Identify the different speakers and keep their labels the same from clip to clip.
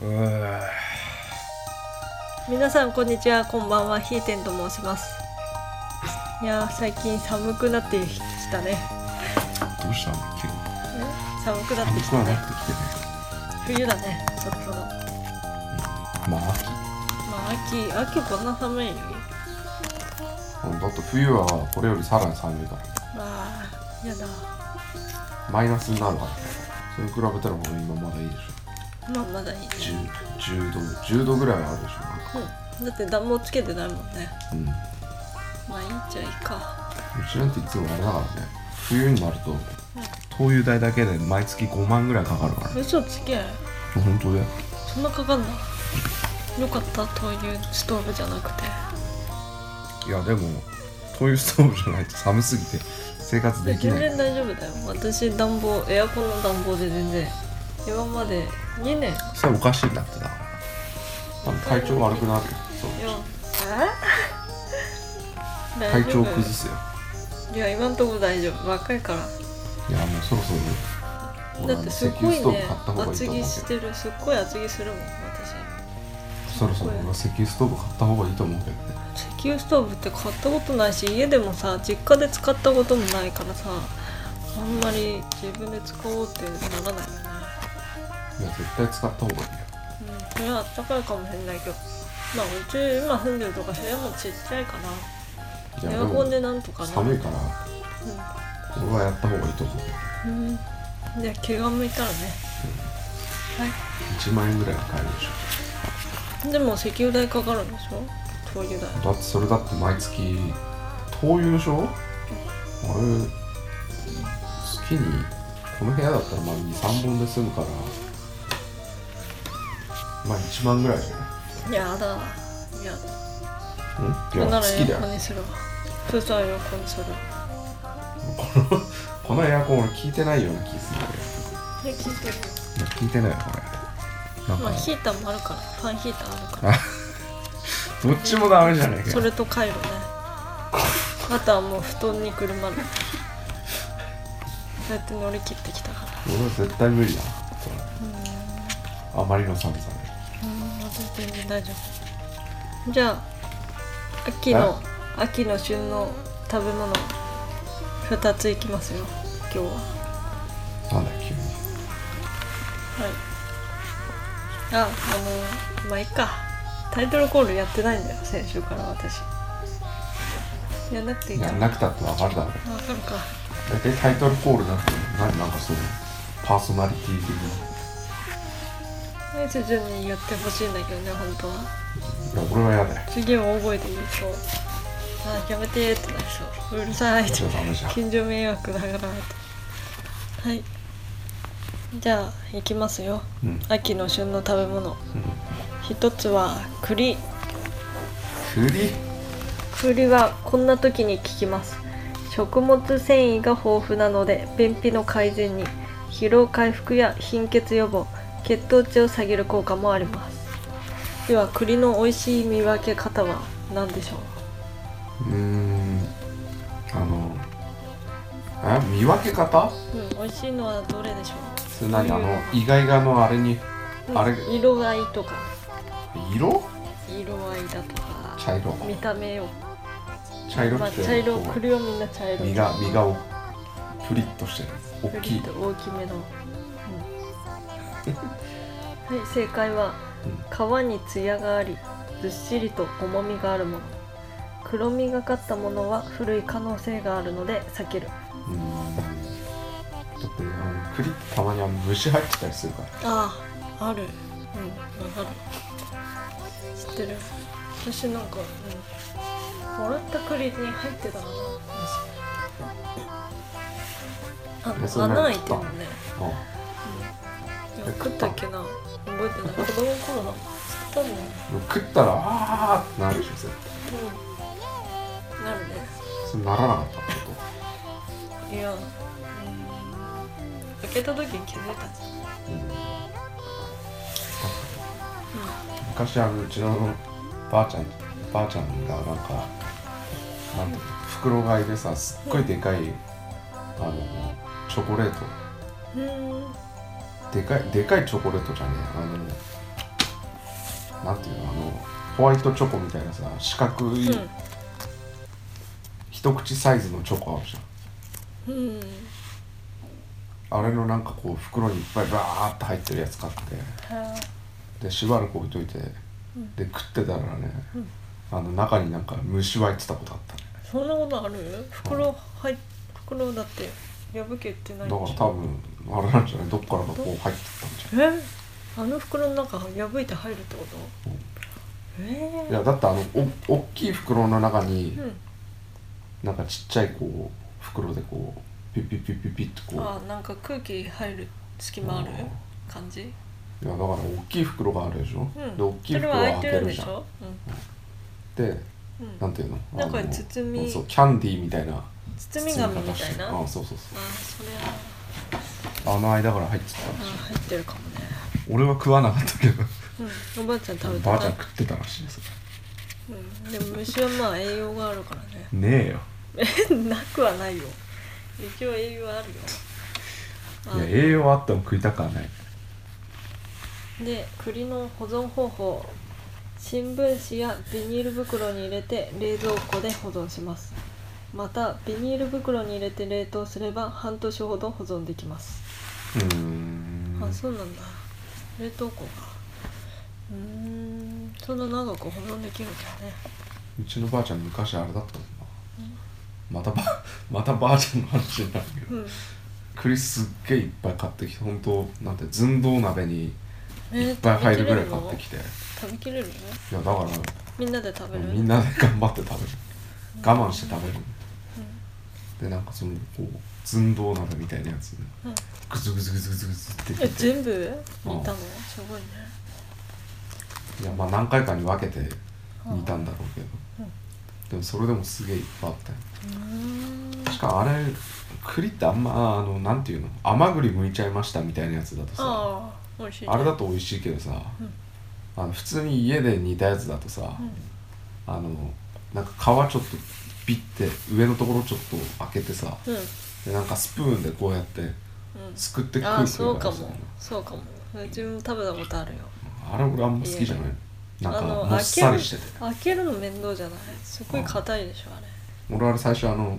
Speaker 1: うー
Speaker 2: 皆さんこんにちはこんばんはひーてんと申しますいやー最近寒くなってきたね
Speaker 1: どうしたの急に
Speaker 2: 寒くなっ
Speaker 1: 寒
Speaker 2: てき
Speaker 1: く
Speaker 2: た
Speaker 1: は
Speaker 2: ね
Speaker 1: なってきてね
Speaker 2: 冬だねそろそろま
Speaker 1: まあ秋
Speaker 2: あ秋秋こんな寒い
Speaker 1: うんだって冬はこれよりさらに寒いから
Speaker 2: まあやだ
Speaker 1: マイナスになるからそれに比べたらもう今まだいいでし
Speaker 2: まあまだいいね
Speaker 1: ょ 10, 10度10度ぐらいはあるでしょなんか
Speaker 2: うんだって暖房つけてないもんね
Speaker 1: うん
Speaker 2: まあいいっちゃいいか
Speaker 1: うちなんていつもあれだからね冬になると灯油代だけで毎月5万ぐらいかかるから
Speaker 2: 嘘つけ
Speaker 1: 本当だよ
Speaker 2: そんなかかんないよかった灯油ストーブじゃなくて
Speaker 1: いやでも灯油ストーブじゃないと寒すぎて生活
Speaker 2: いや
Speaker 1: でき
Speaker 2: 全
Speaker 1: ない
Speaker 2: 然大丈夫だよ私暖房エアコンの暖房で全然今まで2年
Speaker 1: それおかしいんだってだからあの体調悪くなるよそう
Speaker 2: よえ大
Speaker 1: 体
Speaker 2: 丈夫
Speaker 1: 調崩すよ
Speaker 2: いや今んとこ大丈夫若いから
Speaker 1: いやもうそろそろ俺
Speaker 2: だ
Speaker 1: あ
Speaker 2: って
Speaker 1: の
Speaker 2: す
Speaker 1: 石
Speaker 2: ご
Speaker 1: 油
Speaker 2: い
Speaker 1: ストーブ
Speaker 2: ね
Speaker 1: 買った方がいいと
Speaker 2: 厚
Speaker 1: 思う
Speaker 2: 着
Speaker 1: け
Speaker 2: してるすっごい厚着するもん私
Speaker 1: どそろそろ俺は石油ストーブ買った方がいいと思うけどね
Speaker 2: 石油ストーブって買ったことないし家でもさ実家で使ったこともないからさあんまり自分で使おうってならないよね
Speaker 1: いや絶対使った方がいいよ
Speaker 2: うんこれはあったかいかもしれないけどまあうち今住んでるとか部屋もちっちゃいか
Speaker 1: いや
Speaker 2: な
Speaker 1: で
Speaker 2: エアコンで
Speaker 1: も
Speaker 2: なんとかな
Speaker 1: 寒いから俺はやった方がいいと思う
Speaker 2: うん、うん、じゃあ気が向いたらねは
Speaker 1: 1万円ぐらいは買えるでし
Speaker 2: いでも石油代かかるんでしょ灯油代
Speaker 1: ょだってそれだって毎月灯油でしょあれ月にこの部屋だったらまあ23本で済むからまあ1万ぐらいじゃない
Speaker 2: やだいや
Speaker 1: うんい
Speaker 2: こん
Speaker 1: や
Speaker 2: ならエ
Speaker 1: 月だよ
Speaker 2: アコンにするわそしたらエアコンにする
Speaker 1: このこのエアコン俺聞いてないような気するんだよ
Speaker 2: で聞いてる
Speaker 1: いや聞いてないよこれなんか、
Speaker 2: まあヒーターもあるからファンヒーターあるか
Speaker 1: あどっちもダメじゃねえ
Speaker 2: ら
Speaker 1: か
Speaker 2: そ
Speaker 1: よ
Speaker 2: れとカイロねあとはもう布団にくるまるそうやって乗り切ってきたから
Speaker 1: 俺は絶対無理だなそれあまりの寒さね
Speaker 2: うん私全然大丈夫じゃあ秋の秋の旬の食べ物2ついきますよ今日はは
Speaker 1: なんだよ急に
Speaker 2: いああのまあいいかタイトルコールやってないんだよ先週から私やんなくていいか
Speaker 1: やん
Speaker 2: な
Speaker 1: なくたってわかるだろう
Speaker 2: わかるか
Speaker 1: 大体タイトルコールだって何なんかそうパーソナリティ的な
Speaker 2: え徐々にやってほしいんだけどね本当はい
Speaker 1: や俺は嫌だよ
Speaker 2: すげえ大声で言いそうあやめてーってなりそううるさいって
Speaker 1: じゃあダメじゃん
Speaker 2: 近所迷惑だからはいじゃあいきますよ
Speaker 1: うん、うん、
Speaker 2: 秋の旬の食べ物一つは栗
Speaker 1: 栗
Speaker 2: 栗はこんな時に効きます食物繊維が豊富なので便秘の改善に疲労回復や貧血予防血糖値を下げる効果もありますでは栗の美味しい見分け方は何でしょう
Speaker 1: うーんあのあ見分け方
Speaker 2: うん、美味しいのはどれでしょ
Speaker 1: それ何あの意外がのあれに
Speaker 2: う、
Speaker 1: あれ
Speaker 2: うん色合いとか
Speaker 1: 色
Speaker 2: 色合いだとか
Speaker 1: 茶色
Speaker 2: 見た目を、
Speaker 1: 茶色
Speaker 2: まあ、
Speaker 1: 着て
Speaker 2: 茶色
Speaker 1: こう
Speaker 2: 栗はみんな茶色
Speaker 1: 身が身がおプリッとしてる大きい、うん、
Speaker 2: 大きめ の、うんはい正解は皮にツヤがありずっしりと重みがあるもの黒みがかったものは古い可能性があるので避ける
Speaker 1: うんちょっとねあの栗ってたまには虫入ってたりするから
Speaker 2: あああるうんわかる知ってる私なんか、うん、もらった栗に入ってたかな
Speaker 1: え
Speaker 2: 虫
Speaker 1: そ
Speaker 2: あ
Speaker 1: れ
Speaker 2: の
Speaker 1: 何
Speaker 2: 穴開いてるね
Speaker 1: あ
Speaker 2: いや
Speaker 1: え
Speaker 2: 食
Speaker 1: 食
Speaker 2: っ
Speaker 1: ったた
Speaker 2: っけな覚えてない子供の頃だ食った
Speaker 1: あ
Speaker 2: んだよ
Speaker 1: でも食ったらあーってなるでしょ絶
Speaker 2: うんなる
Speaker 1: 対それならなかったってこ
Speaker 2: ねいやうん開けた時に気づいたじ
Speaker 1: と、うん、昔あのうちのばあちゃんばあちゃんがなんかなんていうの袋買いでさすっごいでかいあのチョコレート
Speaker 2: ゃんうん
Speaker 1: でかいでかいチョコレートじゃねえあのなんていうのあのホワイトチョコみたいなさ四角い、
Speaker 2: うん
Speaker 1: 一口サイズのチョコあるじゃん
Speaker 2: うん
Speaker 1: あれのなんかこう袋にいっぱいバーって入ってるやつ買って
Speaker 2: は
Speaker 1: でしばらく置いといて
Speaker 2: うん
Speaker 1: で食ってたらね、
Speaker 2: うん
Speaker 1: あの中になんか虫入ってたことあったね
Speaker 2: そんなことある袋入っ袋だって破けてな
Speaker 1: だ
Speaker 2: い
Speaker 1: から
Speaker 2: じゃん
Speaker 1: 多分あれなんじゃないどっからかこう入ってったんじ
Speaker 2: えあの袋の中破いて入るってこと
Speaker 1: うん
Speaker 2: え
Speaker 1: ゃない
Speaker 2: え
Speaker 1: いやだってあのお大きい袋の中に
Speaker 2: うん
Speaker 1: なんかちっちゃいこう袋でこうピッピッピッピッピッってこう
Speaker 2: あなんか空気入る隙間ある感じ
Speaker 1: いやだから大きい袋があるでしょ、
Speaker 2: うん
Speaker 1: で大きい
Speaker 2: それ
Speaker 1: 袋
Speaker 2: は
Speaker 1: を
Speaker 2: 開い
Speaker 1: 開
Speaker 2: て
Speaker 1: け
Speaker 2: るん
Speaker 1: る
Speaker 2: で
Speaker 1: じ
Speaker 2: し
Speaker 1: ゃん
Speaker 2: ょ
Speaker 1: で
Speaker 2: うんう
Speaker 1: なんんていうのあの
Speaker 2: 中に包み
Speaker 1: そうキャンディーみたいな
Speaker 2: 包み紙みたいな
Speaker 1: あ
Speaker 2: あ
Speaker 1: そうそうそ
Speaker 2: それは
Speaker 1: うあの間から入ってた
Speaker 2: あ入ってるかもね
Speaker 1: 俺は食わなかったけど
Speaker 2: うんおばあちゃん食べて
Speaker 1: ば
Speaker 2: な
Speaker 1: あちゃん
Speaker 2: い
Speaker 1: 食ってたらしいです
Speaker 2: うんでも虫はまあ栄養があるからね
Speaker 1: ねえよ
Speaker 2: なくはないよ一応栄養はあるよあ
Speaker 1: いや栄養あっても食いたくはない
Speaker 2: で栗の保存方法新聞紙やビニール袋に入れて冷蔵庫で保存しますまたビニール袋に入れて冷凍すれば半年ほど保存できます、
Speaker 1: うーん
Speaker 2: あそうなんだ冷凍庫かうーんそんな長く保存できるんだね
Speaker 1: うちのばあちゃん昔あれだったもんなまたば またばあちゃんの話になるけど
Speaker 2: うん
Speaker 1: 栗すっげえいっぱい買ってきて本当なんて寸胴鍋にい
Speaker 2: え
Speaker 1: っぱい入るぐらい買
Speaker 2: 食
Speaker 1: って
Speaker 2: べ
Speaker 1: き
Speaker 2: き
Speaker 1: て、
Speaker 2: れるの食べきれるの
Speaker 1: いやだから
Speaker 2: みんなで食べる
Speaker 1: みんなで頑張って食べる我慢して食べるでなんかそのこう寸胴鍋みたいなやつ
Speaker 2: うんうん
Speaker 1: グズグズグズグズグズって
Speaker 2: え
Speaker 1: 入れて
Speaker 2: 全部
Speaker 1: うん
Speaker 2: 煮たのすごいね
Speaker 1: いやまあ何回かに分けて煮たんだろうけど
Speaker 2: うん
Speaker 1: でもそれでもすげえいっぱいあったよ
Speaker 2: うーん
Speaker 1: しかもあれ栗ってあんまあのなんていうの甘栗剥いちゃいましたみたいなやつだとさ
Speaker 2: ああ美味しいね
Speaker 1: あれだと美味しいけどさ、
Speaker 2: うん
Speaker 1: あの普通に家で煮たやつだとさ、
Speaker 2: うん
Speaker 1: あのなんか皮ちょっとビッて上のところちょっと開けてさ
Speaker 2: うん
Speaker 1: でなんかスプーンでこうやって
Speaker 2: うん
Speaker 1: すくって食う
Speaker 2: ああ
Speaker 1: 食
Speaker 2: そうか
Speaker 1: 感じだ
Speaker 2: も
Speaker 1: よね
Speaker 2: そうかも自分も食べたことあるよ
Speaker 1: あれ俺あんま好きじゃないなんか
Speaker 2: あの
Speaker 1: もっさりしてて
Speaker 2: 開けるの面倒じゃないすごい硬いでしょあれ
Speaker 1: 俺あれ最初あの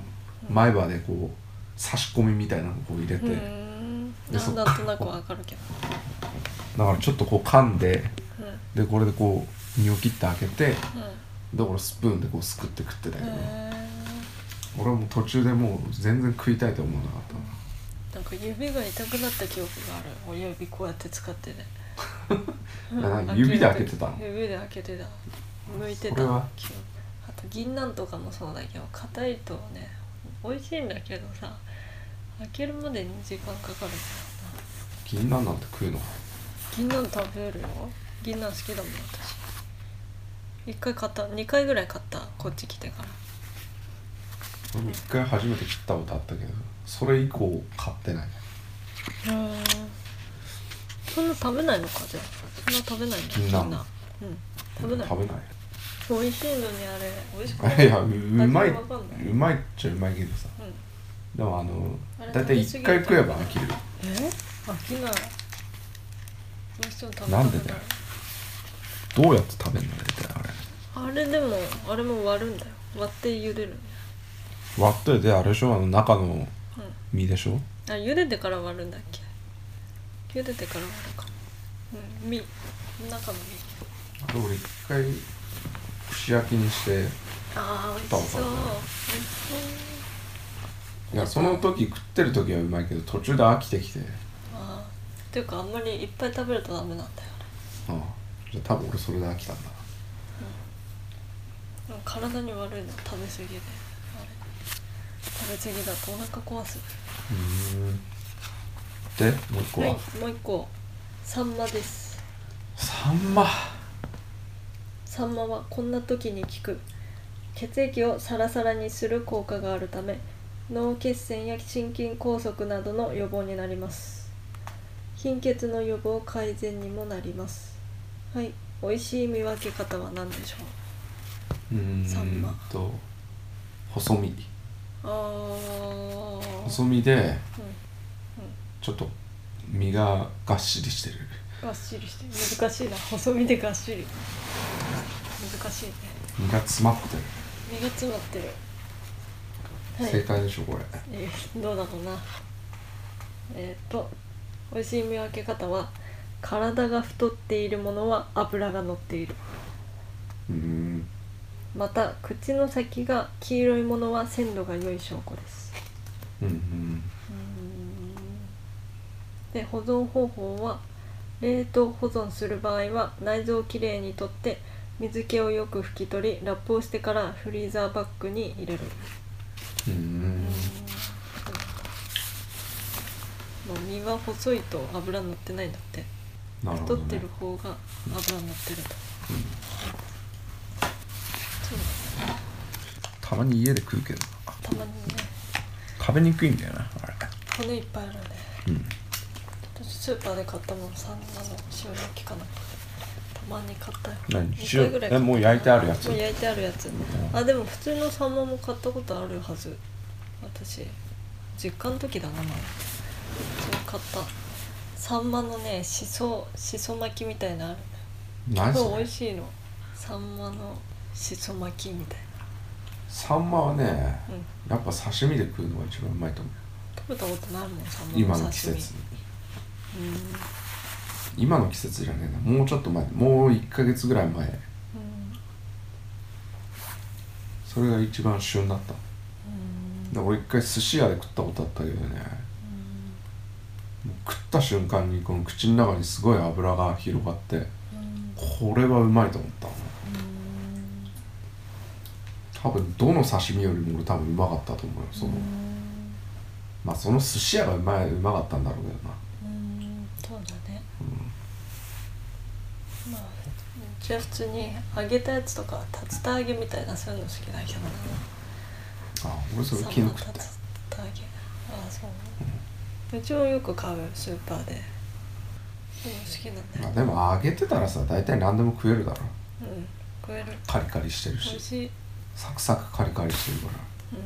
Speaker 2: うん
Speaker 1: 前歯でこう差し込みみたいなのをこう入れて、
Speaker 2: う
Speaker 1: だ
Speaker 2: ーん
Speaker 1: で
Speaker 2: な
Speaker 1: そ
Speaker 2: ん
Speaker 1: っ
Speaker 2: だ
Speaker 1: か
Speaker 2: となくわかるけ
Speaker 1: からちょっとこう噛んで
Speaker 2: どうんうん
Speaker 1: でこれでこう身を切って開けてで俺スプーンでこうすくって食ってたけど、
Speaker 2: へ
Speaker 1: 俺はもう途中でもう全然食いたいと思わなかったな
Speaker 2: ーなんか指が痛くなった記憶がある親指こうやって使ってね
Speaker 1: いやなんか
Speaker 2: うん
Speaker 1: 指で開けてたの
Speaker 2: 指で開けてた向いてた
Speaker 1: それは
Speaker 2: 記憶あと銀杏とかもそうだけど硬いとね美味しいんだけどさ開けるまでに時間かかるんだよな
Speaker 1: 銀杏なんて食うのか
Speaker 2: 銀杏食べるよ銀杏好きだもん私一回買った二回ぐらい買ったこっち来てから
Speaker 1: 俺も一回初めて切ったことあったけどそれ以降買ってない
Speaker 2: そんな食べないのかじゃあそんな食べないんだ
Speaker 1: 銀杏
Speaker 2: うん食べない
Speaker 1: 食べ
Speaker 2: 美味しいのにあれ美味しく
Speaker 1: な
Speaker 2: ない い
Speaker 1: いやううまい
Speaker 2: 味わかんないう
Speaker 1: まいっちゃうまいけどさ
Speaker 2: うん
Speaker 1: でもあの
Speaker 2: あれ
Speaker 1: 大体一回食えば飽きる
Speaker 2: え飽きないどうしても食べたく
Speaker 1: なんでだよどうやって食べるの大体あれ
Speaker 2: あれでもあれも割るんだよ割って茹でるん
Speaker 1: 割っといてあれでしょあの中の
Speaker 2: だよ、
Speaker 1: 身でしょ
Speaker 2: うん、あ茹でてから割るんだっけ茹でてから割るかうん身中の身
Speaker 1: あれ俺一回串焼きにして
Speaker 2: ああ美味しそう美味しそう
Speaker 1: いやその時食ってる時はうまいけど途中で飽きてきて
Speaker 2: あーっていうかあんまりいっぱい食べるとダメなんだよ
Speaker 1: ああじゃあ多分俺それで飽きたんだ
Speaker 2: ね体に悪いの食べ過ぎであれ食べ過ぎだとお腹壊す
Speaker 1: うんでもう一個
Speaker 2: は
Speaker 1: はい
Speaker 2: もう一個サンマです
Speaker 1: サンマ
Speaker 2: サンマはこんな時に効く血液をサラサラにする効果があるため脳血栓や心筋梗塞などの予防になります貧血の予防改善にもなりますはい美味しい見分け方は何でしょう
Speaker 1: うーん
Speaker 2: サンマ
Speaker 1: と細身
Speaker 2: あー
Speaker 1: 細身で
Speaker 2: うん
Speaker 1: ちょっと身ががっしりしてる
Speaker 2: がっしりして難しいな細身でがっしり難しいね
Speaker 1: 身が詰まってる、
Speaker 2: 身が詰まってるはい
Speaker 1: 正解でしょこれ
Speaker 2: えーどうだろうなえーっと美味しい見分け方は体が太っているものは脂が乗っている
Speaker 1: うーん
Speaker 2: また口の先が黄色いものは鮮度が良い証拠です
Speaker 1: うんうん
Speaker 2: で保存方法は冷凍保存する場合は内臓をきれいに取って水気をよく拭き取りラップをしてからフリーザーバッグに入れる
Speaker 1: うーん
Speaker 2: もう身が細いと油乗ってないんだって
Speaker 1: なるほ
Speaker 2: 太
Speaker 1: ど、
Speaker 2: っ
Speaker 1: ね、
Speaker 2: てる方が油乗ってると、そう
Speaker 1: たまに家で食うけどな
Speaker 2: たまにね
Speaker 1: 食べにくいんだよなあれ
Speaker 2: 骨いっぱいあるね
Speaker 1: うん
Speaker 2: 私スーパーで買ったものそんなの塩焼きかなたまに買ったよ
Speaker 1: 何
Speaker 2: 一回ぐらい買っ
Speaker 1: 塩
Speaker 2: た
Speaker 1: えもう焼いてあるやつ
Speaker 2: もう焼いてあるやつあでも普通のサンマも買ったことあるはず私実家の時だなまだそれ買ったサンマのねしそしそ巻きみたいなのある
Speaker 1: 何
Speaker 2: そう
Speaker 1: そ
Speaker 2: 美
Speaker 1: れ
Speaker 2: 味しいのサンマのしそ巻きみたい
Speaker 1: サンマはね
Speaker 2: なうん
Speaker 1: やっぱ刺身で食うのが一番うまいと思う
Speaker 2: 食べたことないもんサンマ
Speaker 1: 今
Speaker 2: の
Speaker 1: の
Speaker 2: 刺
Speaker 1: 季
Speaker 2: 身
Speaker 1: 節に
Speaker 2: うんうん
Speaker 1: 今の季節じゃねえなもうちょっと前もう1ヶ月ぐらい前それが一番旬だった
Speaker 2: うん
Speaker 1: で俺一回寿司屋で食ったことあったけどねもう食った瞬間にこの口の中にすごい油が広がって
Speaker 2: うん
Speaker 1: これはうまいと思った
Speaker 2: うん
Speaker 1: 多分どの刺身よりも俺多分うまかったと思うよその
Speaker 2: うん
Speaker 1: まあその寿司屋がうまいうまかったんだろうけどな
Speaker 2: うんそうだね、まあじゃあ普通に揚げたやつとか竜田揚げみたいなそういうの好きだけどな
Speaker 1: あ俺それ昨日
Speaker 2: サンマ竜
Speaker 1: 食ったよ
Speaker 2: 田揚げああそう、うちもよく買うスーパーででも好きなんだ
Speaker 1: ま
Speaker 2: よ、
Speaker 1: あでも揚げてたらさ大体何でも食えるだろ
Speaker 2: うん食える
Speaker 1: カリカリしてる
Speaker 2: 美味
Speaker 1: し
Speaker 2: しい、うん、
Speaker 1: サクサクカリカリしてるから